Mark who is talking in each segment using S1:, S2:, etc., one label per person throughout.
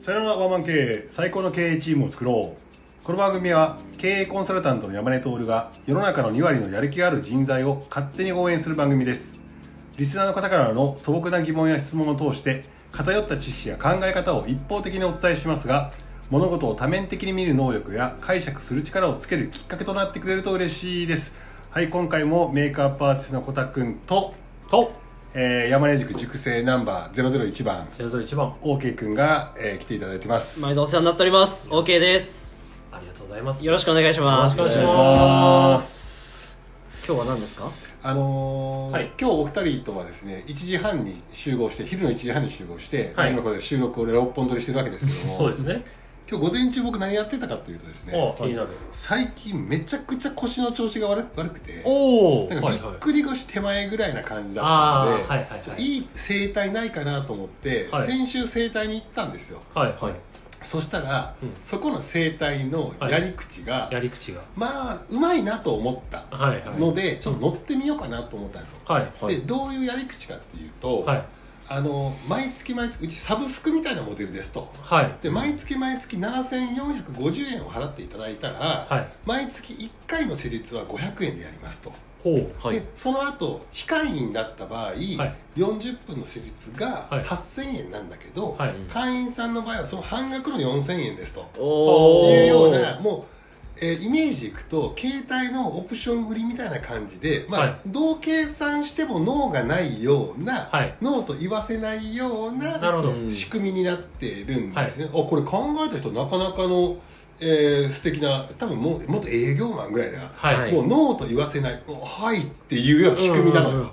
S1: さよならワンマン経営最高の経営チームを作ろうこの番組は経営コンサルタントの山根徹が世の中の2割のやる気がある人材を勝手に応援する番組ですリスナーの方からの素朴な疑問や質問を通して偏った知識や考え方を一方的にお伝えしますが物事を多面的に見る能力や解釈する力をつけるきっかけとなってくれると嬉しいですはい今回もメイクアップアーティストのコタくんと、
S2: と
S1: えー山根塾塾生ナンバー001番
S2: それぞれ一番
S1: OK くんが、えー来ていただいてます
S3: 毎度お世話になっております。OK です。
S2: ありがとうございます
S3: よろしくお願いします。。
S2: よろしくお願いし
S1: ます
S3: 今日は何ですか
S1: あのー
S2: はい
S1: 今日お二人とはですね1時半に集合して昼の1時半に集合して、
S2: はい
S1: 今これ収録を6本撮りしてるわけですけども
S2: そうですね
S1: 今日午前中僕何やってたかというとです
S2: お
S1: ね
S2: 気になる
S1: 最近めちゃくちゃ腰の調子が悪悪くて
S2: おお
S1: なんか
S2: は
S1: ぎ
S2: い
S1: っ
S2: はい
S1: くり腰手前ぐらいな感じだ
S2: あ
S1: ったの
S2: あはい
S1: で、
S2: はいはい
S1: いい整体ないかなと思って、
S2: はい
S1: 先週整体に行ったんですよ
S2: はいは
S1: そしたら、
S2: うん
S1: そこの整体のやり口が、
S2: いやり口が
S1: まあうまいなと思った
S2: はいはい
S1: ので、ちょっと乗ってみようかなと思ったんですよ、
S2: はい
S3: はい
S1: でどういうやり口かっていうと、
S2: はい
S1: あの毎月毎月うちサブスクみたいなモデルですと
S2: はい
S1: で毎月毎月7450円を払っていただいたら、
S2: はい
S1: 毎月1回の施術は500円でやりますと、
S2: ほう
S3: はい
S1: でその後非会員だった場合、40分の施術が
S2: はい
S1: 8000円なんだけど、
S2: はい
S1: 会員さんの場合はその半額の4000円ですと
S3: お
S2: ー
S1: いう
S3: ー
S1: ようなもう、えーイメージでいくと携帯のオプション売りみたいな感じで、まあ
S2: はい
S1: どう計算しても脳がないような、
S2: はい
S1: 脳と言わせないような
S2: なるほど
S3: うん
S1: 仕組みになってるんですね、あこれ考えた人なかなかの、えー素敵な多分もうもっと営業マンぐらいな、
S2: はい
S1: もう脳と言わせない「おはい」っていうような仕組みなのよ、
S2: うんうんうん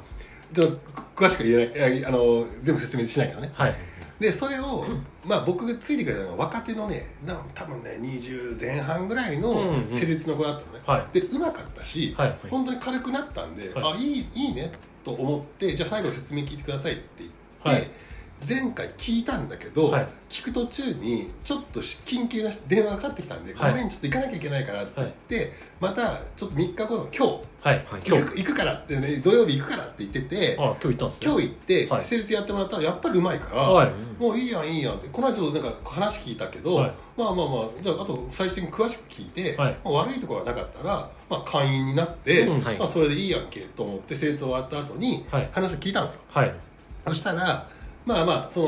S1: ちょっと詳しく言えないあの全部説明しないけどね
S2: はい
S1: でそれを、 まあ、僕がついてくれたのは若手のねなん多分ね20前半ぐらいの
S2: うんうん
S1: 施術の子だったのね、
S2: は
S1: でうまかったし、
S2: はい
S1: 本当に軽くなったんで、
S2: は
S1: あ
S2: い
S1: いいいいねと思ってじゃあ最後説明聞いてくださいって言って、
S2: はい
S1: 前回聞いたんだけど、
S2: はい
S1: 聞く途中にちょっとし緊急な電話がかかってきたんで、
S2: はい
S1: ごめんちょっと行かなきゃいけないからって言って、またちょっと3日後の今
S2: はい
S3: はい
S1: 日
S2: 今日
S1: 行く行くからってね土曜日行くからって言ってて
S2: あ今日行ったんですね
S1: 今日行って
S2: はい
S1: 施術やってもらったらやっぱりうまいから。
S2: はい
S1: もういいやんいいやんってこの間ちょっとなんか話聞いたけど、
S2: はい
S1: まあまあまあじゃああと最終的に詳しく聞いて、
S2: はい
S1: まあ悪いところがなかったら、まあ、会員になって、
S2: うん
S3: はい
S1: まあ、それでいいやんけと思って清掃終わった後に
S2: はい
S1: 話を聞いたんですよ、
S2: はい
S1: そしたらまあまあその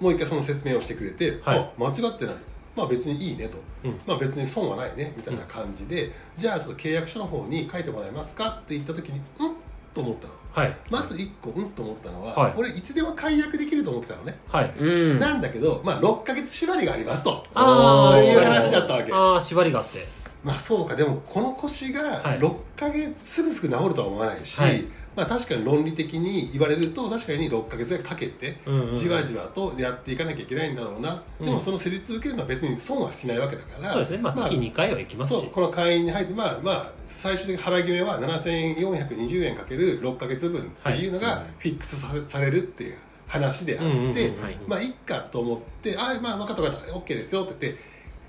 S1: もう一回その説明をしてくれて、
S2: はい
S1: あ間違ってないまあ別にいいねと、
S2: うん
S1: まあ別に損はないねみたいな感じで、じゃあちょっと契約書の方に書いてもらえますかって言った時にうんと思ったの
S2: はい
S1: まず1個うんと思ったのは、
S2: はい
S1: 俺いつでも解約できると思ってたのね
S2: はい
S3: うん。
S1: なんだけど、まあ、6ヶ月縛りがありますと。
S2: あ
S1: そ
S2: あ
S1: ういう話だったわけ
S2: ああ縛りがあって
S1: まあそうか、でもこの腰が
S2: はい
S1: 6ヶ月、すぐすぐ治るとは思わないし、
S2: はい
S1: まあ確かに論理的に言われると、確かに6ヶ月ぐらいかけて、
S2: うんうんうん
S1: じわじわとやっていかなきゃいけないんだろうな。
S2: うん
S1: でもその施術受けるのは別に損はしないわけだから。
S2: そうですねまあ月2回は行きます
S1: そう
S2: し
S1: この会員に入ってまあまあ最終的に払い決めは7420円かける6か月分っていうのがフィックスさされるっていう話であっ
S2: うんうんうん
S1: て
S3: はい
S1: まあいっかと思って「あまあ分かった分かった OK ですよ」って言って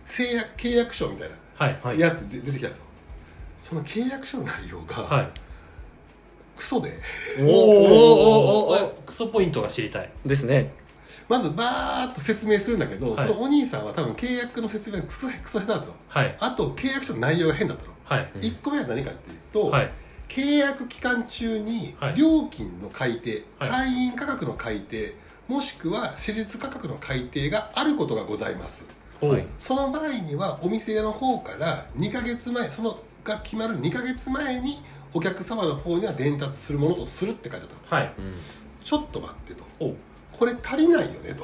S1: 制約契約書みたい
S2: はい
S3: は
S1: ないやつで出てきたんですよ、その契約書の内容
S2: は
S1: が
S2: い
S1: クソで
S3: おーおーおーおーお
S2: クソポイントが知りたい
S3: ーですね。
S1: まずバーッと説明するんだけど
S2: はい
S1: そのお兄さんは多分契約の説明がクソクソ下手だったの
S2: はい
S1: あと契約書の内容が変だったの
S2: はい
S1: 1個目は何かっていうと、
S2: はい
S1: 契約期間中に
S2: はい
S1: 料金の改定、
S2: はい
S1: 会員価格の改定もしくは施術価格の改定があることがございます
S2: お
S3: はい
S1: その前にはお店の方から2ヶ月前そのが決まる2ヶ月前にお客様の方には伝達するものとするって書いてあった
S2: はい
S1: ちょっと待ってと
S2: お
S1: これ足りないよねと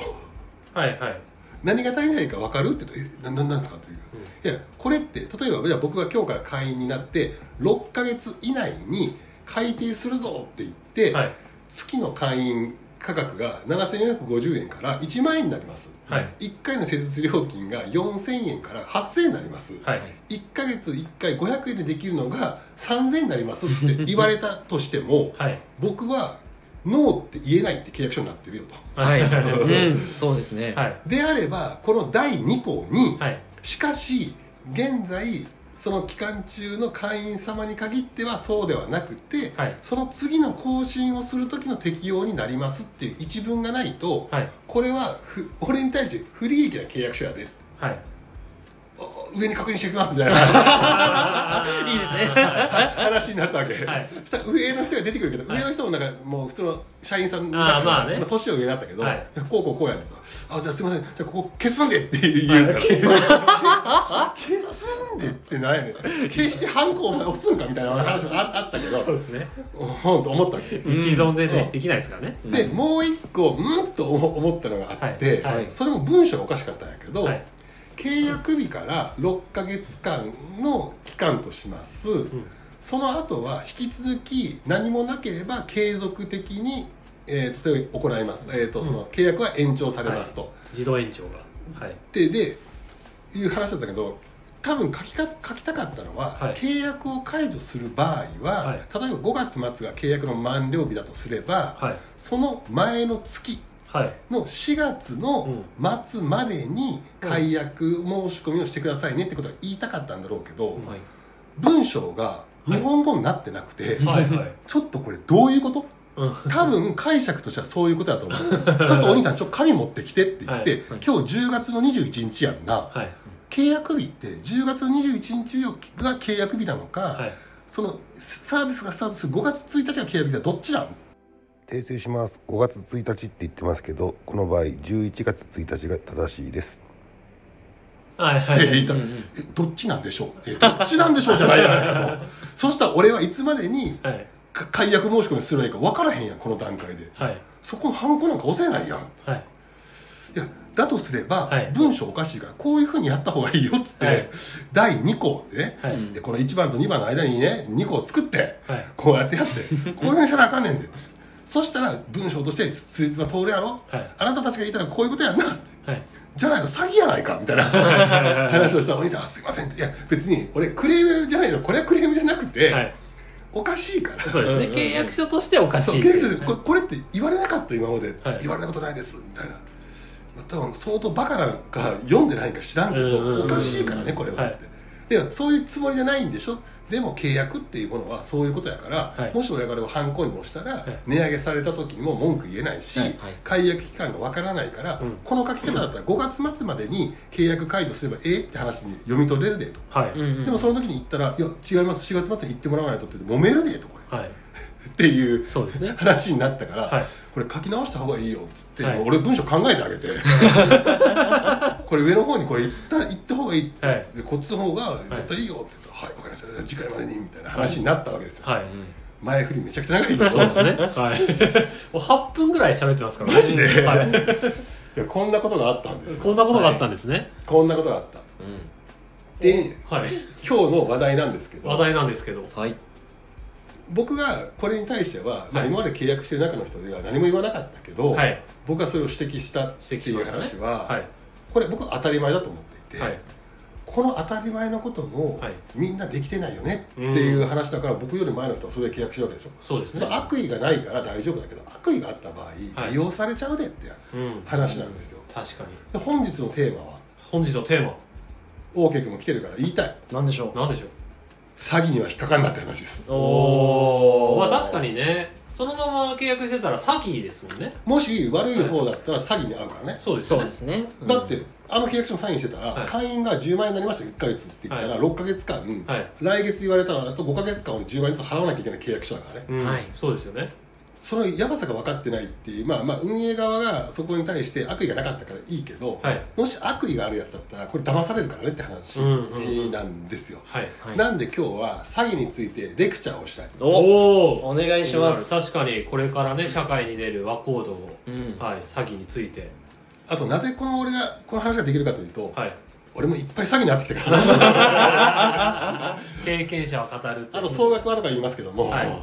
S2: はいはい
S1: 何が足りないか分かるって言うとえなななんですかっていう、いやこれって例えばじゃあ僕が今日から会員になって6ヶ月以内に改定するぞって言って、
S2: はい
S1: 月の会員価格が7450円から1万円になります、
S2: はい
S1: 1回の施術料金が4000円から8000円になります、
S2: はい
S1: 1ヶ月1回500円でできるのが3000円になりますって言われたとしても
S2: はい
S1: 僕はノーって言えないって契約書になってるよと
S3: はい。
S2: は
S3: うん。そうですね。
S2: い
S1: であればこの第2項に、
S2: はい
S1: しかし現在その期間中の会員様に限ってはそうではなくて、
S2: はい
S1: その次の更新をする時の適用になりますっていう一文がないと、
S2: はい
S1: これはふ俺に対して不利益な契約書やで
S2: はい
S1: お上に確認してきますみたいな
S3: いいですね
S1: 話になったわけ、
S2: はい
S1: そしたら上の人が出てくるけど、
S2: はい
S1: 上の人もなんかもう普通の社員さん
S2: あーまあね
S1: 年は上だったけど、
S2: はい
S1: こうこうこうやってさあじゃあすいませんじゃあここ消すんでって言うから、
S2: はい
S1: 消すんでってなんやねん消してハンコお前押すんかみたいな話もああったけど
S2: そうですね
S1: ほんと思ったわけ
S2: 一存でね、
S1: うん
S2: できないですからね
S1: でもう一個うんと思ったのがあって、
S2: はい
S3: はい
S1: それも文章がおかしかったんやけど、
S2: はい
S1: 契約日から6ヶ月間の期間とします、
S2: ん
S1: その後は引き続き何もなければ継続的に、えー、とそれを行います、えー、とその契約は延長されますと、
S2: 自動延長がはい
S1: ででいう話だったけど多分書きか書きたかったのは、
S2: はい
S1: 契約を解除する場合は、
S2: はい
S1: 例えば5月末が契約の満了日だとすれば、
S2: はい
S1: その前の月
S2: はい
S1: の4月の末までに解約申し込みをしてくださいねってことは言いたかったんだろうけど、
S2: うん
S3: はい
S1: 文章が日本語になってなくて、
S2: はいはい
S1: ちょっとこれどういうこと
S2: うん
S1: 多分解釈としてはそういうことだと思 うちょっとお兄さんちょっと紙持ってきてって言って、
S2: はい
S3: はい
S1: 今日10月の21日やんな、
S2: はい
S1: 契約日って10月21日が契約日なのか、
S2: はい
S1: そのサービスがスタートする5月1日が契約日はどっちなん
S4: 訂正します5月1日って言ってますけどこの場合11月1日が正しいです
S2: はいは
S1: って言
S2: い
S1: ったら、えどっちなんでしょうえどっちなんでしょうじゃないやない かとそしたら俺はいつまでに
S2: はい
S1: か解約申し込みすればいいか分からへんやんこの段階で
S2: はい
S1: そこのハンコなんか押せないやんい
S2: はい
S1: やだとすれば、
S2: はい
S1: 文章おかしいからこういうふうにやった方がいいよっつって、
S2: はい
S1: 第2項でね、
S2: はい
S1: でこの1番と2番の間にね2項作って
S2: はい
S1: こうやってやってこういうふうにせなあかんねんでそしたら文章としてついつま通るやろ、
S2: はい
S1: あなたたちが言いたらこういうことやんなって
S2: はい
S1: じゃないと詐欺やないかみたいな話をしたらお兄さんあ「すいません」っていや別に俺クレームじゃないのこれはクレームじゃなくて、
S2: はい
S1: おかしいから
S2: そうですね契約書としておかし
S1: そう
S2: い
S1: 契約書でこれこれって言われなかった今まで、
S2: はい
S1: 言われたことないですみたいなまあ多分相当バカなんか読んでないんか知らんけ
S2: うんうんうん
S1: ど
S2: うん
S1: おかしいからねこれはって、でもそういうつもりじゃないんでしょでも契約っていうものはそういうことやから、
S2: はい
S1: もし俺がこれをハンコにもしたら、
S2: い
S1: 値上げされた時にも文句言えないし、
S3: はい
S1: 解約期間がわからないから、
S2: うん
S1: この書き方だったら5月末までに契約解除すればええって話に読み取れるでと、
S2: はい
S3: うんうん
S1: でもその時に言ったら「いや違います4月末に言ってもらわないと」って言って揉めるでとこれ
S2: はい
S1: っていう
S2: そうですね
S1: 話になったから、
S2: はい
S1: これ書き直した方がいいよっつって、
S2: はい
S1: もう俺文章考えてあげて これ上の方にこれ行った行った方がいいって、
S2: はい
S1: こっちの方が絶対いいよって言ったら「はいわ、かりました次回までに」みたいな話になったわけですよ、
S2: はい
S1: 前振りめちゃくちゃ長いけど
S2: そうですねはいもう8分ぐらい喋ってますからマジで
S1: いやこんなことがあったんですよ
S2: こんなことがあったんですね
S1: こんなことがあったで
S2: はい
S1: 今日の話題なんですけど
S2: 話題なんですけど
S3: はい
S1: 僕がこれに対しては、まあ、今まで契約してる中の人では何も言わなかったけど、
S2: はい
S1: 僕がそれを指摘したって
S2: 指摘し
S1: いう
S2: ましたね
S1: 話は、
S2: はい
S1: これ僕は当たり前だと思っていて、
S2: はい
S1: この当たり前のことも
S2: はい
S1: みんなできてないよねっていう話だから僕より前の人はそれで契約してるわけでしょ、
S2: そうですね
S1: まあ、悪意がないから大丈夫だけど悪意があった場合、
S2: はい
S1: 利用されちゃうでって
S2: うん
S1: 話なんですよ、
S2: 確かに
S1: で本日のテーマは
S2: 本日のテーマ
S1: オーケー君も来てるから言いたい
S3: なんでしょ
S2: 何でしょう
S1: 詐欺には引っかかんなって話です
S3: う
S2: お
S3: ー
S2: まあ確かにねそのまま契約してたら詐欺ですもんね
S1: もし悪い方だったら詐欺に遭うからね、
S2: そうです
S3: そ
S2: よ
S3: う
S2: ね
S3: ですね
S1: だってあの契約書のサインしてたら、
S2: はい
S1: 会員が10万円になりました1ヶ月って言ったら、
S2: はい
S1: 6ヶ月間、
S2: はい
S1: 来月言われたらあと5ヶ月間俺10万円ずつ払わなきゃいけない契約書だからね、
S2: うん
S3: はい
S2: そうですよね
S1: そのやばさが分かってないっていう、まあ、まあ運営側がそこに対して悪意がなかったからいいけど、
S2: はい
S1: もし悪意があるやつだったらこれ騙されるからねって話
S2: うんうんうん
S1: なんですよ、
S2: はい
S3: はい
S1: なんで今日は詐欺についてレクチャーをしたい
S3: お
S2: お
S3: お願いします
S2: 確かにこれからね社会に出る和行動を、
S3: うん
S2: はい、詐欺について
S1: あとなぜこの俺がこの話ができるかというと、
S2: はい
S1: 俺もいっぱい詐欺になってきたから
S2: 経験者を語るってい
S1: あ
S2: う
S1: と総額はとか言いますけども、
S2: はい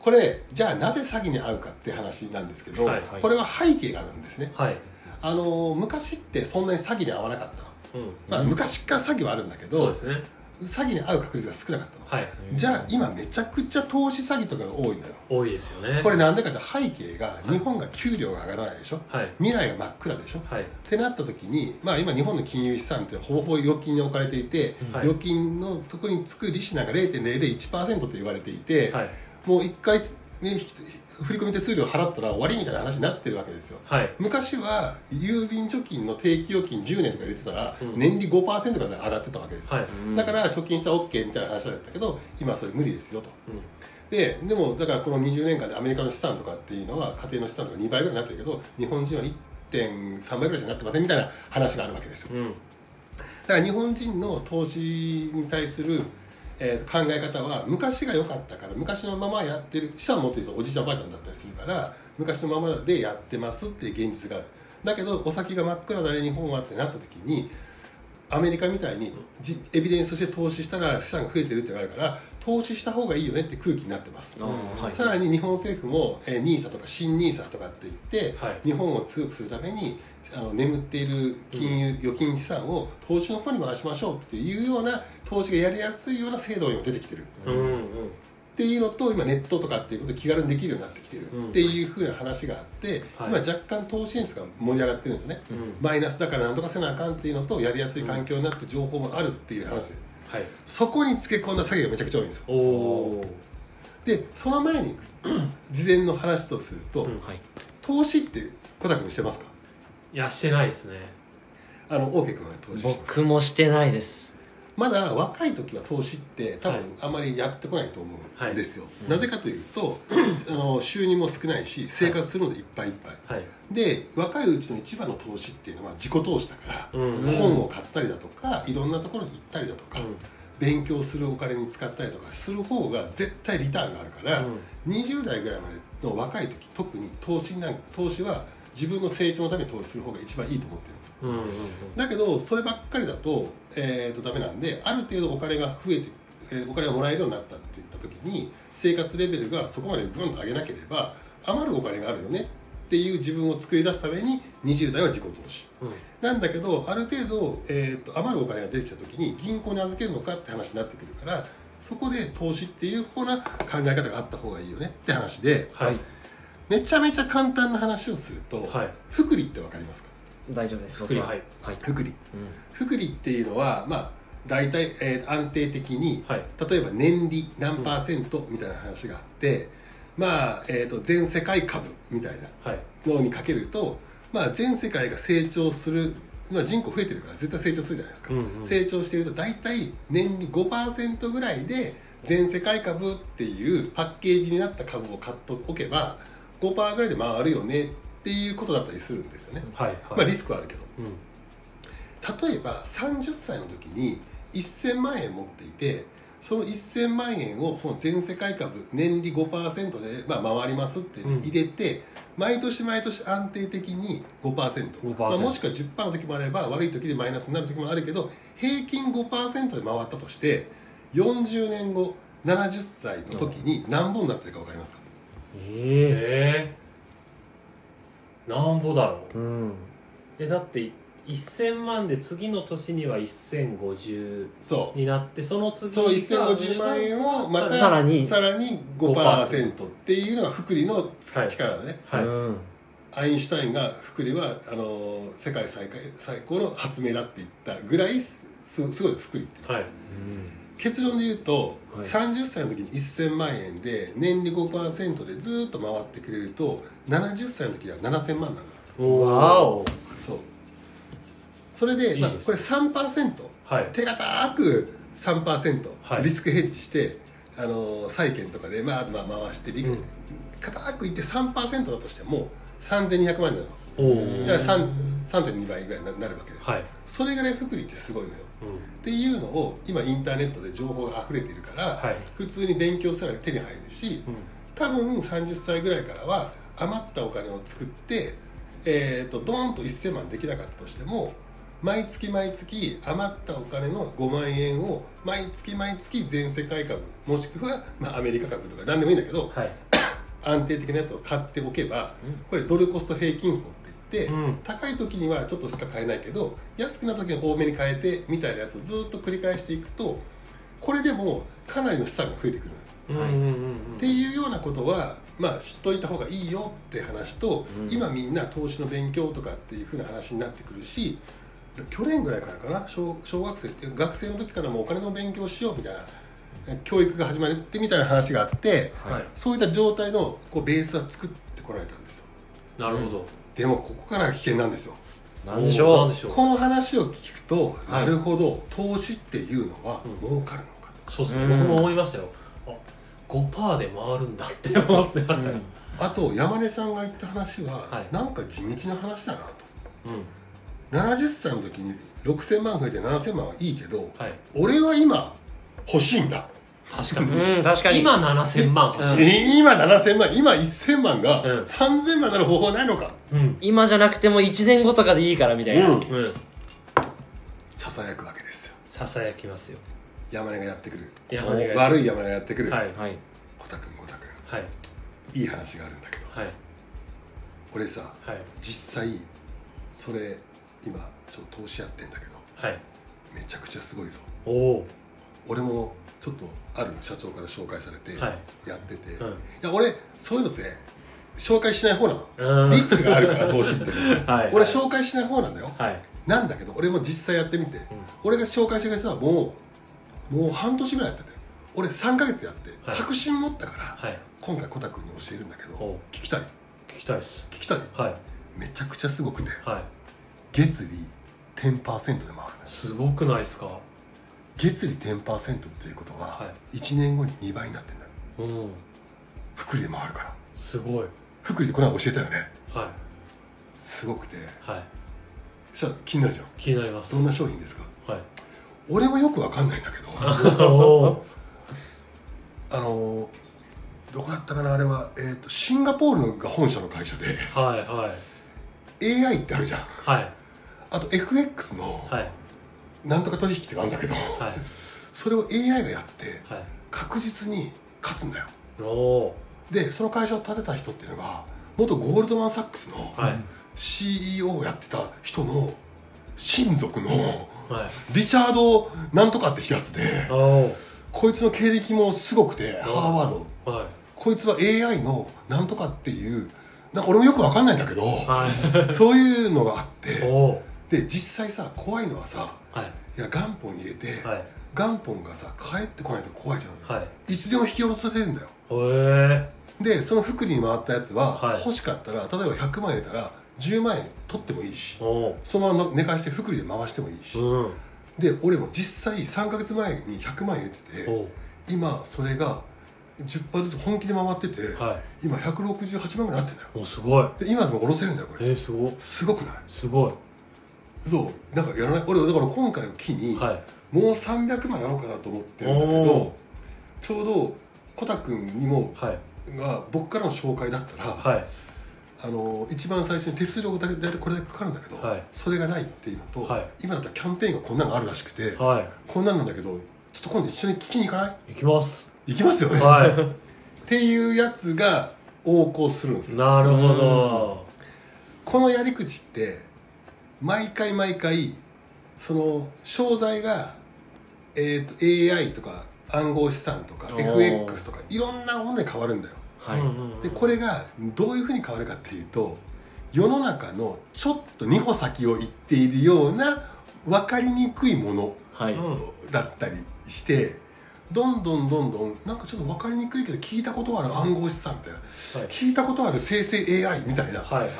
S1: これじゃあなぜ詐欺に遭うかって話なんですけど、
S2: はい
S1: これは背景があるんですね
S2: はい、
S1: あの昔ってそんなに詐欺に遭わなかったの、
S2: うん、
S1: まあ、昔から詐欺はあるんだけど、
S2: そうですね
S1: 詐欺に遭う確率が少なかったの
S2: はい
S1: じゃあ今めちゃくちゃ投資詐欺とかが多いのよ
S2: 多いですよね
S1: これなんでかって背景が日本が給料が上がらないでしょ
S2: はい
S1: 未来が真っ暗でしょ
S2: はい
S1: ってなった時に、まあ、今日本の金融資産ってほぼほぼ預金に置かれていて、
S2: はい
S1: 預金のところにつく利子なんか0.001%と言われていて、
S2: はい
S1: もう1回、ね、引き振り込み手数料払ったら終わりみたいな話になってるわけですよ
S2: はい
S1: 昔は郵便貯金の定期預金10年とか入れてたら、
S2: うん
S1: 年利5%から上がってたわけですよ、
S2: はい
S3: うん
S1: だから貯金したら OK みたいな話だったけど今はそれ無理ですよとででもだからこの20年間でアメリカの資産とかっていうのは家庭の資産とか2倍ぐらいになってるけど日本人は1.3倍ぐらいしかなってませんみたいな話があるわけですよ
S2: うんうん
S1: だから日本人の投資に対する、えー考え方は昔が良かったから昔のままやってる資産持ってる人おじいちゃんおばあちゃんだったりするから昔のままでやってますっていう現実があるだけどお先が真っ暗だね日本はってなった時にアメリカみたいにじエビデンスとして投資したら資産が増えてるって言われるから投資した方がいいよねって空気になってます
S3: あーはい
S1: さらに日本政府も、えー、NISA とか新 NISA とかって言って、
S2: はい
S1: 日本を強くするためにあの眠っている金融、預金資産を投資の方に回しましょうっていうような投資がやりやすいような制度が今出てきてるっ
S2: うんうん
S1: ていうのと今ネットとかっていうことで気軽にできるようになってきてる
S2: うん
S1: っていうふうな話があって、
S2: はい
S1: 今若干投資率が盛り上がってるんですよね、
S2: うん
S1: マイナスだからなんとかせなあかんっていうのとやりやすい環境になって情報もあるっていう話で
S2: はい
S1: そこにつけ込んだ詐欺がめちゃくちゃ多いんですよ
S2: おお
S1: でその前 に事前の話とすると、
S2: うん
S3: はい
S1: 投資って小田君してますか
S2: いやしてないですね
S1: あの大家君は投資してます
S3: 僕もしてないです
S1: まだ若い時は投資って多
S2: は
S1: 分
S2: い
S1: あんまりやってこないと思うんですよ、
S2: い
S1: なぜかという とあの収入も少ないし生活するのでいっぱいいっぱい、
S2: はい
S1: で若いうちの一番の投資っていうのは自己投資だから、
S2: うん
S1: 本を買ったりだとかいろんなところに行ったりだとか、
S2: うん
S1: 勉強するお金に使ったりとかする方が絶対リターンがあるから、
S2: うん
S1: 20代ぐらいまでの若い時特に投資なん投資は自分の成長のために投資する方が一番いいと思ってるんですよ
S2: うんうん
S1: だけどそればっかりだと,、えー、とダメなんである程度お金が増えて、えーお金がもらえるようになったって言った時に生活レベルがそこまでブンと上げなければ余るお金があるよねっていう自分を作り出すために20代は自己投資
S2: うん
S1: なんだけどある程度、えー、と余るお金が出てきた時に銀行に預けるのかって話になってくるからそこで投資っていう方な考え方があった方がいいよねって話で
S2: はい
S1: めちゃめちゃ簡単な話をすると、
S2: はい
S1: 福利ってわかりますか
S3: 大丈夫です
S2: 福利
S3: 僕
S2: はい
S3: はい
S1: 福利
S3: うん
S1: 福利っていうのはまあ大体、えー安定的に、
S2: はい
S1: 例えば年利何パーセントみたいな話があって、まあ、えー、と全世界株みたいな
S2: はい
S1: のにかけると、まあ、全世界が成長する、まあ、人口増えてるから絶対成長するじゃないですか、
S2: うんうん
S1: 成長してると大体年利5%ぐらいで全世界株っていうパッケージになった株を買っておけば5%ぐらいで回るよねっていうことだったりするんですよね、
S2: はいはい
S1: まあ、リスクはあるけど
S2: うん
S1: 例えば30歳の時に1000万円持っていてその1000万円をその全世界株年利5%で、まあ、回りますって入れて、毎年毎年安定的に 5%,
S2: 5%
S1: まあ、もしくは10%の時もあれば悪い時でマイナスになる時もあるけど平均5%で回ったとして40年後70歳の時に何本になってるか分かりますか
S3: え
S2: ええなんぼだろ
S3: えうん
S2: うえだって1000万で次の年には1050
S1: そう
S2: になってその次
S1: その1050万円をまた
S3: さらに
S1: さらに5%っていうのが福利の
S2: はい
S1: 力だね、
S2: はい
S3: うん
S1: アインシュタインが福利はあの世界最下最高の発明だって言ったぐらいすすすごい福利って
S2: はい
S1: 結論で言うと、
S3: はい
S1: 30歳の時に1000万円で年利5%でずーっと回ってくれると70歳の時は7000万なんだ
S3: うんわお
S1: そうそれで、まあ、
S2: いいです
S1: これ3%
S2: はい
S1: 手堅く3%、
S2: はい
S1: リスクヘッジしてあのー債券とかで、まあ、まあ回してリ、
S2: うん
S1: 固くいって3%だとしても3200万円なの
S2: おお
S1: だから3 3.2倍ぐらいにななるわけです、
S2: はい
S1: それぐらい福利ってすごいのよ
S2: うん
S1: っていうのを今インターネットで情報が溢れているから、
S2: はい
S1: 普通に勉強すら手に入るし
S2: う
S1: 多分30歳ぐらいからは余ったお金を作って、えー、とドーンと1000万できなかったとしても毎月毎月余ったお金の5万円を毎月毎月全世界株もしくは、まあ、アメリカ株とか何でもいいんだけど
S2: んはい
S1: 安定的なやつを買っておけば
S3: うん
S1: これドルコスト平均法って言って、
S2: うん
S1: 高い時にはちょっとしか買えないけど安くなった時に多めに買えてみたいなやつをずっと繰り返していくとこれでもかなりの資産が増えてくる
S2: うんうんうん
S1: っていうようなことは、まあ、知っといた方がいいよって話と、
S2: うん
S1: 今みんな投資の勉強とかっていうふうな話になってくるし去年ぐらいからかな小小学生学生の時からもうお金の勉強しようみたいな教育が始まってみたいな話があって
S2: はい、
S1: そういった状態のこうベースは作ってこられたんですよ
S2: なるほど、
S1: でもここからが危険なんですよ
S3: なんでしょ
S2: なん
S3: う
S2: でしょう
S1: この話を聞くと、
S2: は
S1: な
S2: い
S1: るほど投資っていうのは
S2: うん
S1: 儲かるのか
S2: そうですね、
S3: うん
S2: 僕も思いましたよあ5%で回るんだって思ってましたよ、
S1: あと山根さんが言った話は、
S2: はい
S1: なんか地道な話だなと
S2: うん
S1: 70歳の時に6000万増えて7000万はいいけど
S2: はい
S1: 俺は今欲しいんだ
S2: 確かに、
S3: うん、確かに。
S2: 今7000万欲しい、
S1: え今7000万今1000万が
S2: うん
S1: 3000万になる方法ないのか
S2: うん
S3: 今じゃなくても1年後とかでいいからみたいな。
S1: うん
S2: うん
S1: ささやくわけですよ
S2: ささやきますよ
S1: 山根がやってくる
S2: 山根が
S1: 悪い山根がやってくる、
S2: はい
S3: はい。
S1: 小田君小田
S2: はい
S1: 君いい話があるんだけど
S2: はい
S1: 俺さ
S2: はい
S1: 実際それ今ちょっと投資やってんだけど
S2: はい
S1: めちゃくちゃすごいぞ
S2: おお
S1: 俺もちょっとある社長から紹介されて
S2: はい
S1: やってて、
S2: うん
S1: いや俺そういうのって紹介しない方なの
S2: うん
S1: リスクがあるから投資って
S2: はい
S1: 俺紹介しない方なんだよ、
S2: はい
S1: なんだけど俺も実際やってみて、俺が紹介してくれた人はもうもう半年ぐらいやってて俺3ヶ月やって
S2: はい
S1: 確信持ったから、
S2: はい
S1: 今回コタ君に教えるんだけど
S2: おう
S1: 聞きたい
S2: 聞きたいです
S1: 聞きたい
S2: はい
S1: めちゃくちゃすごくて
S2: はい
S1: 月利10%で回るの
S2: すごくないですか
S1: 月利10%っていうこと
S2: は
S1: は1年後に2倍になってんだよ
S2: うん
S1: 福利で回るから
S2: すごい
S1: 福利でこの間教えたよね
S2: は
S1: すごくて
S2: いはい
S1: じゃあ気になるじゃん
S2: 気になります
S1: どんな商品ですか
S2: はい
S1: 俺もよくわかんないんだけど
S2: おお
S1: あのどこだったかなあれは、えー、とシンガポールが本社の会社で
S2: はいはい
S1: AI ってあるじゃん
S2: はい
S1: あと FX の
S2: はい
S1: なんとか取引ってのがあるんだけど、
S2: はい
S1: それを AI がやって
S2: はい
S1: 確実に勝つんだよ
S2: おお
S1: でその会社を建てた人っていうのが元ゴールドマン・サックスの
S2: はい
S1: CEO をやってた人の親族の
S2: はい
S1: リチャードなんとかってやつで
S2: おお
S1: こいつの経歴もすごくてハーバード
S2: は
S1: こいつは AI のなんとかっていうなんか俺もよくわかんないんだけど
S2: いは
S1: そういうのがあっ
S2: いお
S1: て
S2: お
S1: で実際さ怖いのはさ
S2: はい
S1: いや元本入れて、
S2: はい
S1: 元本がさ返ってこないと怖いじゃん、
S2: はい
S1: い、つでも引き落とせるんだよ
S2: おえ
S1: でその福利に回ったやつは、
S2: はい
S1: 欲しかったら例えば100万入れたら10万円取ってもいいし
S2: おお
S1: そのまま寝かして福利で回してもいいし、
S2: うん
S1: で俺も実際3ヶ月前に100万入れて
S2: お
S1: て
S2: お
S1: 今それが10発ずつ本気で回ってて、
S2: は
S1: 今168万ぐらいなってんだよ
S2: いおすごい
S1: で今でも下ろせるんだよこ
S2: え
S1: れ
S2: ー、すご
S1: すごくない
S2: すごい
S1: そうなんかやらない俺だから今回を機に、
S2: はい
S1: もう300万やろうかなと思ってるんだけ
S2: おー
S1: どちょうどコタ君にも
S2: はい
S1: が僕からの紹介だったら、
S2: はい
S1: あの一番最初に手数料がだいたいこれだけかかるんだけど、
S2: はい
S1: それがないっていうのと、
S2: はい
S1: 今だったらキャンペーンがこんなのがあるらしくて、
S2: は
S1: こんなんなんだけどちょっと今度一緒に聞きに行かない
S2: い行きます
S1: 行きますよね、
S2: は
S1: っていうやつが横行するんです
S2: い
S1: よ
S2: なるほど
S1: このやり口って毎回毎回その商材が、えー、と AI とか暗号資産とか
S3: おー
S1: FX とかいろんなもので変わるんだよ
S3: はい。
S2: うんうんうん
S1: でこれがどういうふうに変わるかっていうと世の中のちょっと二歩先を行っているような分かりにくいもの
S3: はい。
S2: うん
S1: だったりしてどんどんどんどんなんかちょっと分かりにくいけど聞いたことある暗号資産みたいな聞いたことある生成 AI みたいな
S2: はいはい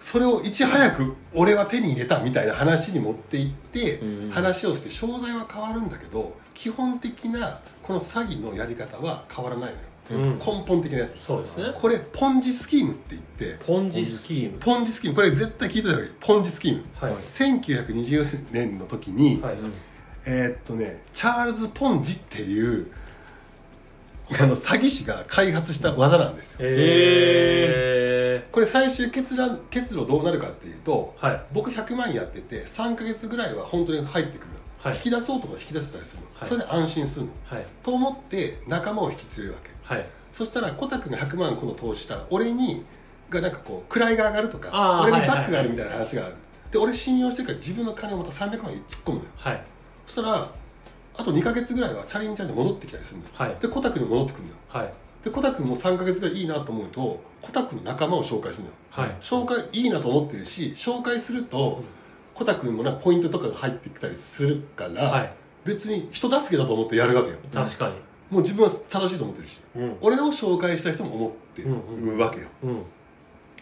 S1: それをいち早く俺は手に入れたみたいな話に持っていって
S3: うん
S1: 話をして商材は変わるんだけど基本的なこの詐欺のやり方は変わらないのよ
S2: うん
S1: 根本的なやつ
S2: そうですね
S1: これポンジスキームって言って
S2: ポンジスキーム
S1: ポンジスキームこれ絶対聞いてた方がいいポンジスキーム
S2: はい
S1: 1920年の時に、
S2: はい
S1: えーっとねチャールズ・ポンジっていうあの詐欺師が開発した技なんですよ
S2: え
S1: これ最終結論結論どうなるかっていうと
S2: ーはい
S1: 僕100万やってて3ヶ月ぐらいは本当に入ってくる、
S2: はい
S1: 引き出そうとか引き出せたりするの、
S2: はい
S1: それで安心するの
S2: はい
S1: と思って仲間を引き連れるわけ
S2: はい
S1: そしたらコタ君が100万この投資したら俺にがなんかこう位が上がるとか
S2: あー
S1: 俺に
S2: はいはい
S1: バックがあるみたいな話がある、で俺信用してるから自分の金をまた300万円突っ込むのよ
S2: はい
S1: そしたらあと2か月ぐらいはチャリンチャリンで戻ってきたりするんだよ、
S2: はい
S1: でコタくに戻ってくるんだよ
S2: はい
S1: でコタくも3か月ぐらいいいなと思うとコタくの仲間を紹介するんだよ
S2: はい
S1: 紹介いいなと思ってるし紹介すると
S2: うん
S1: コタくもなんかポイントとかが入ってきたりするから、
S2: はい
S1: 別に人助けだと思ってやるわけよ
S2: 確かに
S1: もう自分は正しいと思ってるし
S2: うん
S1: 俺を紹介した人も思って
S2: うん
S1: るわけよ、
S2: うん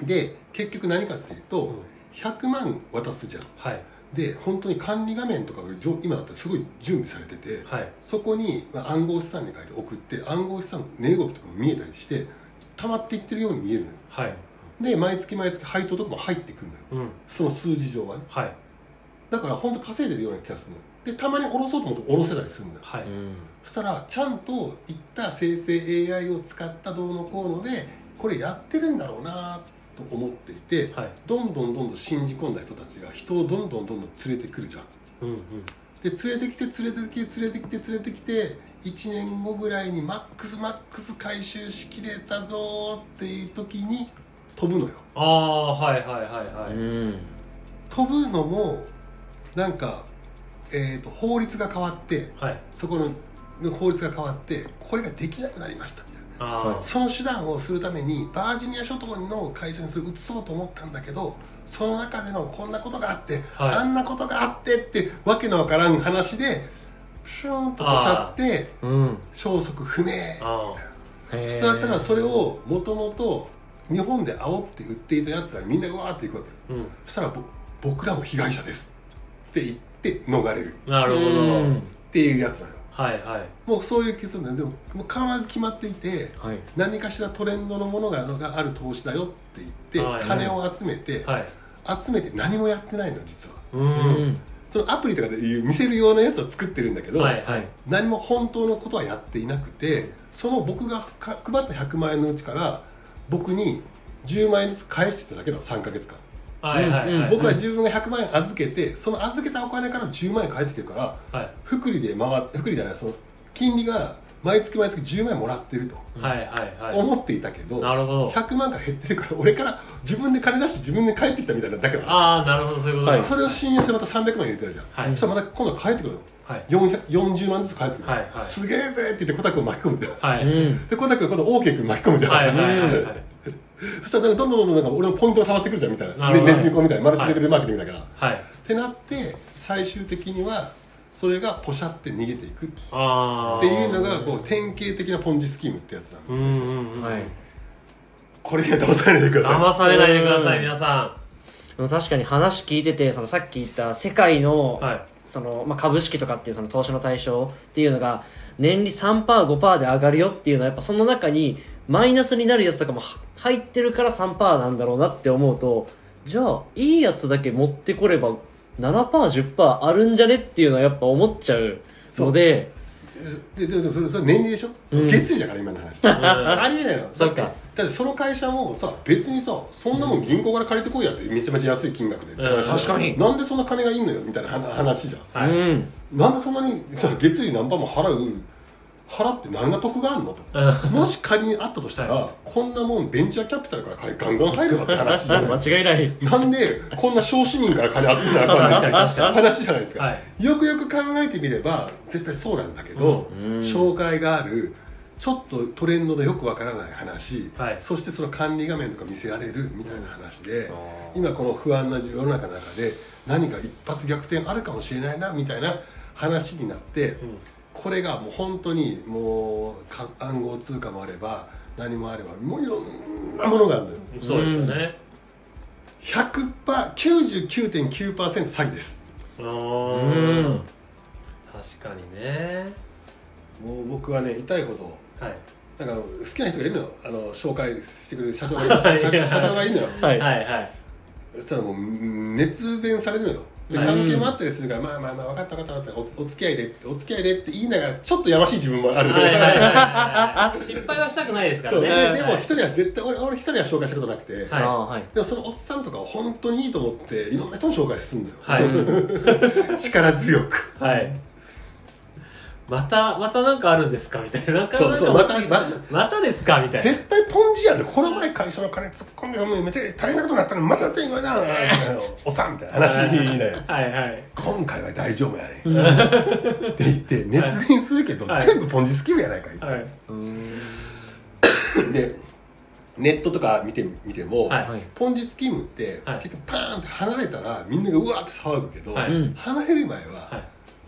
S1: で結局何かっていうと、
S2: うん
S1: 100万渡すじゃん
S2: はい
S1: で本当に管理画面とかがじょ今だったらすごい準備されてて
S2: はい
S1: そこにまあ暗号資産に書いて送って暗号資産の値動きとかも見えたりして溜まっていってるように見えるのよ
S2: はい
S1: で毎月毎月配当とかも入ってくるのよ
S2: うん
S1: その数字上はね
S2: はい
S1: だから本当稼いでるような気がするのよでたまに下ろそうと思って下ろせたりするのよ
S2: はい
S3: うん
S1: そしたらちゃんといった生成 AI を使ったどうのこうのでこれやってるんだろうなと思っていて
S2: はい
S1: どんどんどんどん信じ込んだ人たちが人をどんどんどんどん連れてくるじゃん
S2: うんうん
S1: で連れてきて連れてきて連れてきて連れてきて1年後ぐらいにマックスマックス回収しきれたぞーっていう時に飛ぶのよ
S2: ああはいはいはいはい
S3: うん
S1: 飛ぶのもなんか、えー、と法律が変わって
S2: はい
S1: そこの法律が変わってこれができなくなりましたみたいな
S2: あ
S1: その手段をするためにバージニア諸島の会社にそれ移そうと思ったんだけどその中でのこんなことがあって、
S2: はい
S1: あんなことがあってってわけのわからん話でプシューンと落ちゃって
S3: うん
S1: 消息不明
S2: ああ
S3: へー
S1: そしたらそれをもともと日本で煽って売っていたやつらにみんながわーっていくわけ
S2: あうん
S1: そしたらぼ僕らも被害者ですって言って逃れる
S2: なるほ
S3: うん
S2: ど
S1: っていうやつなの
S2: はいはい
S1: もうそういう結論だよでももう必ず決まっていて
S3: はい
S1: 何かしらトレンドのものががある投資だよって言っ
S2: はい
S1: て金を集めて
S2: はい
S1: 集めて何もやってないの実は
S2: う
S3: うんん
S1: そのアプリとかでいう見せるようなやつは作ってるんだけど
S2: はいはい
S1: 何も本当のことはやっていなくてその僕がか配った100万円のうちから僕に10万円ずつ返してただけなの3ヶ月間
S2: はいはいはい
S1: 僕は自分が100万円預けてその預けたお金から10万円返ってきてるから
S2: はい
S1: 福利で回って福利じゃないその金利が毎月毎月10万円もらってると
S2: はいはいはい
S1: 思っていたけど
S2: なるほど
S1: 100万が減ってるから俺から自分で金出して自分で帰ってきたみたいなだけど
S2: ああなるほどそういうことだ
S1: それを信用してまた300万円入れてるじゃん、
S2: はい
S1: そしたらまた今度は帰ってくるの
S2: はい
S1: 400 40万ずつ返ってくる、
S2: はいはい
S1: すげえぜって言ってコタ君を巻き込むじゃん、
S2: はい
S3: うん
S1: でコタ君が今度オーケー君巻き込むじゃん、
S2: はいはいはいはい
S1: そしたらなんかどんどんどんどんなんか俺のポイントが溜まってくるじゃんみたいな
S2: なるほ
S1: ね
S2: ど
S1: ネズミ子みたいなマルチレベルマーケティングだから、
S2: はい
S1: ってなって最終的にはそれがポシャって逃げていくっ
S2: ああ
S1: ていうのがこう典型的なポンジスキームってやつなんで
S2: うんうんうん
S3: はい
S1: これには騙されないでくださ
S2: 騙されないでくださ
S3: う
S2: い
S3: ん
S2: 皆さ
S3: でも確かに話聞いててそのさっき言った世界の,、
S2: んはい
S3: そのまあ、株式とかっていうその投資の対象っていうのが年利 3%5% で上がるよっていうのはやっぱその中にマイナスになるやつとかもは入ってるから3%なんだろうなって思うとじゃあいいやつだけ持ってこれば 7%10% あるんじゃねっていうのはやっぱ思っちゃうので
S1: いでででもそれそれ年利でしょ、
S3: ん
S1: 月利だから今の話ありえないの
S3: そっか
S1: だってその会社もさ別にさそんなもん銀行から借りてこいやってめちゃめちゃ安い金額でって話じゃん
S3: 確かに
S1: なんでそんな金がいいのよみたいな話話じゃん
S2: は
S3: う
S2: い
S3: ん
S1: なんでそんなにさ月利何パーも払う払って何が得があんのと
S2: うん
S1: もし仮にあったとしたら、こんなもんベンチャーキャピタルから金ガンガン入るわって話じゃないですか
S3: 間違いな い
S1: なんでこんな小市民から金集めなあかん
S2: 確かに確か
S1: の話じゃないですか、
S2: はい
S1: よくよく考えてみれば絶対そうなんだけど、紹介があるちょっとトレンドのよくわからない話、
S2: はい
S1: そしてその管理画面とか見せられるみたいな話で、今この不安な世の中の中で何か一発逆転あるかもしれないなみたいな話になって、これがもう本当にもうか暗号通貨もあれば何もあればもういろんなものがあるのよ。
S2: そうですよね
S1: 100パー99.9%詐欺です
S2: う
S3: うんん
S2: 確かにね
S1: もう僕はね痛いほど
S2: はい
S1: なんか好きな人がいるのよあの紹介してくれる社長 がいる社長社長がいるのよ
S3: は
S2: はいいはい
S1: そしたらもううん熱弁されるのよで
S2: はい
S1: 関係もあったりするから、まあまあまあ分かった分かった分かったおお付き合いでお付き合いでって言いながらちょっとやましい自分もあるの
S2: はい
S1: よ、
S2: はいはいはい失敗はしたくないです か
S1: そ
S2: ら
S1: うで
S2: ね
S1: でも一人は絶対俺俺一人は紹介したことなくて、
S2: は
S3: あーはい
S1: でもそのおっさんとかを本当にいいと思っていろ んな人に紹介するんだよ、
S2: はい
S1: 力強く
S2: はいまたまたなんかあるんですかみたいななんか
S5: そうそう
S2: なんかま
S5: ま
S2: たまたですかみたいな
S1: 絶対ポンジやでこの前会社の金突っ込んでもうめちゃくちゃ大変なことになったのにまたって言わなみたいなおっさんみたいな話にね
S2: はいはい
S1: 今回は大丈夫やね
S3: うん
S1: って言って熱弁するけど、
S2: はい
S1: 全部ポンジスキルやないかい、
S2: はい
S1: でネットとか見て見ても、
S2: はい
S3: はい
S1: ポンジスキームって、
S2: はい
S1: 結局パーンって離れたらみんながうわーって騒ぐけど、
S2: はい
S3: うん
S1: 離れる前は、
S2: はい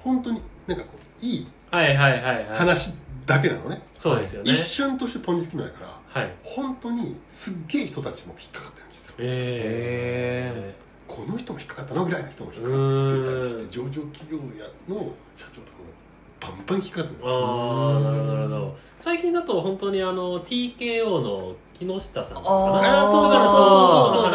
S1: 本当になんかこういい
S2: はいはいはいはい
S1: 話だけなのね、
S2: そうですよね
S1: 一瞬としてポンジスキームだから
S2: はい
S1: 本当にすっげえ人たちも引っかかってるんですよ
S2: え
S1: この人も引っかかったのぐらいの人も引っか
S2: う
S1: かってたり
S2: ー
S1: し
S2: ん
S1: て上場企業やの社長とかもバンバン引っかかって
S2: ー、
S1: る
S2: ああなるほどなるほど最近だと本当にあの TKO の木下さんとか
S3: あー
S1: あ
S2: なあー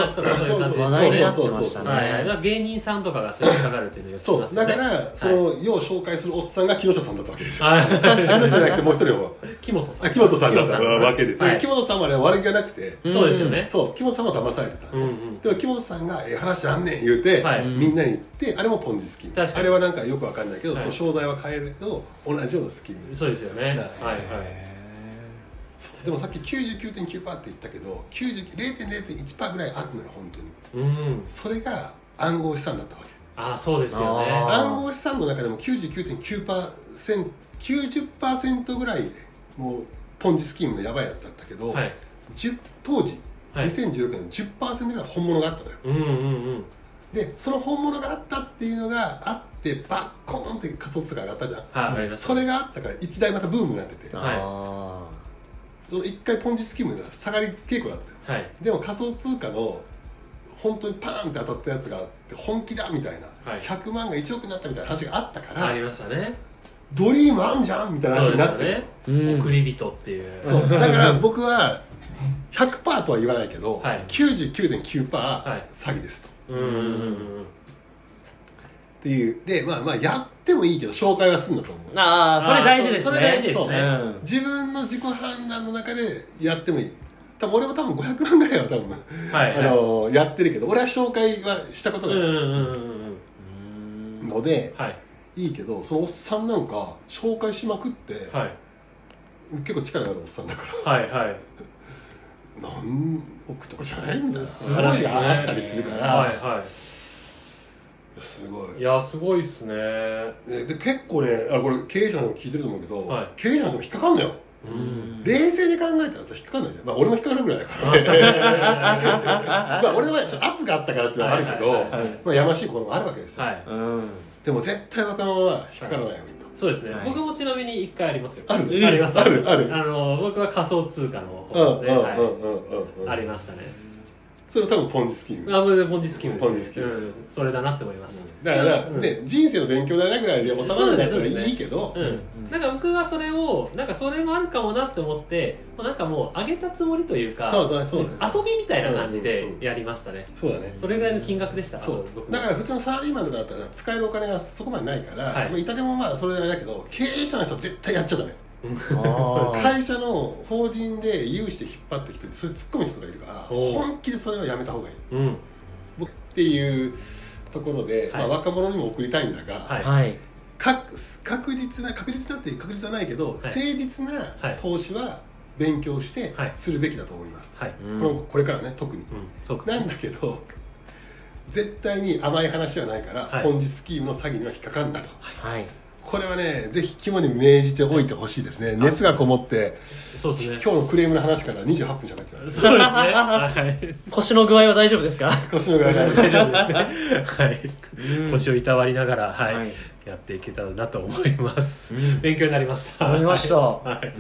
S1: ー
S2: そうそうそうそうそう話とかそういう感じ
S3: 話題になってましたね
S2: はいはい、だから芸人さんとかがそれにかかるっていうのをよく聞き
S1: そ
S2: ま
S1: う
S2: すよ
S1: だ
S2: ね
S1: からその要紹介するおっさんが木下さんだったわけでしょ
S2: はい
S1: 木下じゃなくてもう一人は
S2: 木本さん
S1: あ木本さんだった
S2: 木本
S1: わけです、
S2: は
S1: 木
S2: い、
S1: 本さんはね悪気がなくて
S3: 本
S2: そうですよね
S1: そう木本さんは騙されてた、
S2: うんうん
S1: でも木本さんが「ええ話あんねん」言うて、
S2: はい
S1: みんなに言ってあれもポンジスキーム
S2: 確かに
S1: あれはなんかよくわかんないけど、
S2: はい
S1: その商材は変えると同じようなスキーム
S2: そうですよねはいはい
S1: そうでもさっき99.9%って言ったけど99 0.0.1%ぐらいあるのよ本当に
S2: うん
S1: それが暗号資産だったわけ
S2: ああそうですよね
S3: あー
S1: 暗号資産の中でも99.9% 90%ぐらいでもうポンジスキームのやばいやつだったけど、
S2: はい
S1: 10当時、
S2: はい
S1: 2016年の10%ぐらい本物があったのよ
S2: うんうんうん
S1: でその本物があったっていうのがあってバッコーンって仮想通貨上がったじゃん
S2: はいわかりました
S1: それがあったから一台またブームになってて
S2: はい
S3: あ
S1: その一回ポンジスキームが下がり傾向だったのよ
S2: はい
S1: でも仮想通貨の本当にパーンって当たったやつがあって本気だみたいな、
S2: はい
S1: 100万が1億になったみたいな話があったから、
S2: ありましたね
S1: ドリームあんじゃんみたいな話
S2: そう
S1: に
S2: です
S1: な
S2: よ
S1: ってる
S2: ね
S3: うん
S2: 送り人っていう
S1: そうだから僕は100%とは言わないけど、
S2: はい
S1: 99.9%
S2: い
S1: 詐欺ですと、
S2: うんうんうん
S1: っていうでまあまあやってもいいけど紹介はすんだと思う
S3: ーあーそれ大事ですね
S2: それ大事ですね
S3: そううん
S1: 自分の自己判断の中でやってもいい多分俺も多分500万ぐらいは多分、
S2: うんはい
S1: あ
S2: はい
S1: のやってるけど俺は紹介はしたこと
S2: う
S1: が
S2: んう
S1: なん
S2: うんうんう
S1: い
S2: ん
S1: ので、
S2: はい
S1: いいけどそのおっさんなんか紹介しまくって、
S2: はい
S1: 結構力があるおっさんだか
S2: はいはい
S1: ら何億とかじゃないんだよ
S2: すごいです
S1: 話
S2: ね
S1: があったりするから、
S2: はいはい
S1: すご
S2: い
S1: い
S2: やすごいっすね
S1: でで結構ねあこれ経営者の人も聞いてると思うけど、
S2: はい
S1: 経営者の人も引っかかんのよ、
S2: うん
S1: 冷静に考えたらさ引っかかんないじゃんまあ俺も引っかかるぐらいだからねまあ俺はちょっと圧があったからっていうのはあるけど、
S2: はいはいはい
S1: まあ、やましいこともあるわけですよ、
S2: はい
S3: うん
S1: でも絶対若者は引っかからないようにと、
S2: そうですね、
S3: はい
S2: 僕もちなみに一回ありますよ
S1: ある
S2: あります
S1: ある
S2: ります
S1: ある
S2: あの僕は仮想通貨の方ですね、はいありましたね
S1: それは多分ポンジスキーム
S2: あこれポンジスキムです
S1: ポン
S2: ね
S1: ジスキムです
S2: うん、それだなって思いました、
S1: だから、
S2: うん
S1: ね人生の勉強代なぐらいで収まるやつ
S2: そうです
S1: は
S2: ね
S1: いいけど、
S2: うん
S3: うん
S2: なんか僕はそれをなんかそれもあるかもなって思ってもうなんかもう上げたつもりというか
S1: そうそうそうだね
S2: 遊びみたいな感じ
S1: うん
S2: で
S1: うんうん
S2: やりましたね、
S1: そうだね
S2: それぐらいの金額でした
S1: そう
S2: 僕も
S1: だから普通のサラリーマンとかだったら使えるお金がそこまでないから、
S2: はい
S1: まあ、いたでもまあそれなりだけど経営者の人は絶対やっちゃダメ
S3: あー
S1: 会社の法人で融資で引っ張ってきてそれ突っ込む人がいるから
S2: おう
S1: 本気でそれはやめた方がいい
S2: うん
S1: 僕っていうところで、
S2: はい
S1: まあ、若者にも送りたいんだが、
S2: はい
S3: はい
S1: 確確実な確実なっていう確実はないけど、誠実な
S2: はい
S1: 投資は勉強して
S2: はい
S1: するべきだと思います、
S2: はい、
S3: う
S2: うん
S3: ん
S1: このこれからね特に、
S2: 特に
S1: なんだけど絶対に甘い話はないから、
S2: はい
S1: ポンジスキームの詐欺には引っかかんなと
S3: はい
S1: これはねぜひ肝に銘じておいてほしいですね、熱がこもって
S2: そうですね
S1: 今日のクレームの話から28分しゃべってた
S2: そうですねはい
S3: 腰の具合は大丈夫ですか
S1: 腰のぐらいだ
S2: 大丈夫ですね。はい。
S3: ん
S2: 腰をいたわりながら、はい、
S3: はい
S2: やっていけたらなと思います。
S3: うん
S2: 勉強になりました。
S3: なりました
S2: はい。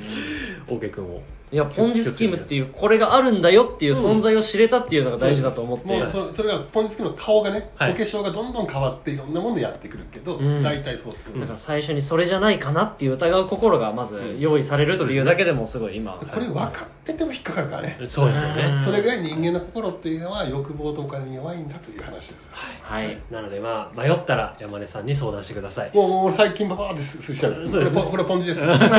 S2: 大家君を。
S3: いやポンジスキームっていうこれがあるんだよっていう存在を知れたっていうのが大事だと思って、
S1: もうそそれがポンジスキームの顔がね、
S2: はい
S1: お化粧がどんどん変わっていろんなものでやってくるけど、
S3: うん
S1: 大体そうですよね
S3: だから最初にそれじゃないかなっていう疑う心がまず用意されるっていうだけでもすごい今
S1: これ分かってても引っかかるからね、
S2: そうですよ
S3: うん
S2: ね。
S1: それぐらい人間の心っていうのは欲望とお金に弱いんだという話です
S3: はい
S2: なので、まあ、迷ったら山根さんに相談してください。
S1: もうもう俺最近ババーってすすしちゃう
S2: そうです
S1: こ
S2: ね
S1: れポこれポンジです
S2: 相談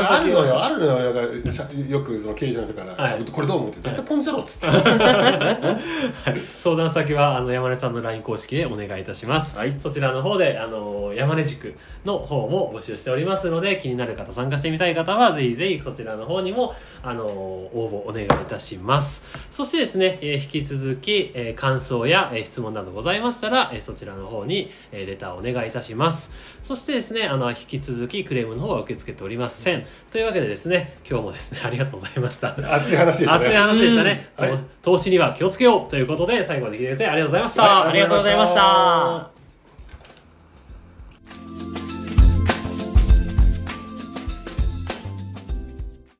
S1: あ
S2: 先
S1: る
S2: を
S1: のよあるのよだ
S4: からしゃよくその経営者の人から、
S2: はい
S4: これどう思うって絶対ポンジだろっつって、
S2: 相談先はあの山根さんの LINE 公式でお願いいたします、
S3: はい
S2: そちらの方であの山根塾の方も募集しておりますので気になる方参加してみたい方はぜひぜひそちらの方にもあの応募お願いいたしますそしてですね、えー引き続き、えー感想や、えー質問などございましたら、えーそちらの方に、えーレターをお願いいたしますそしてですねあの引き続きクレームの方は受け付けておりませんというわけでですね今日もですねありがとうございました
S4: 熱い話でしたね
S2: 熱い話でしたね、
S4: うん
S2: と投資には気をつけようということで最後まで聞いてくれてありがとうございました、
S3: ありがとうございました。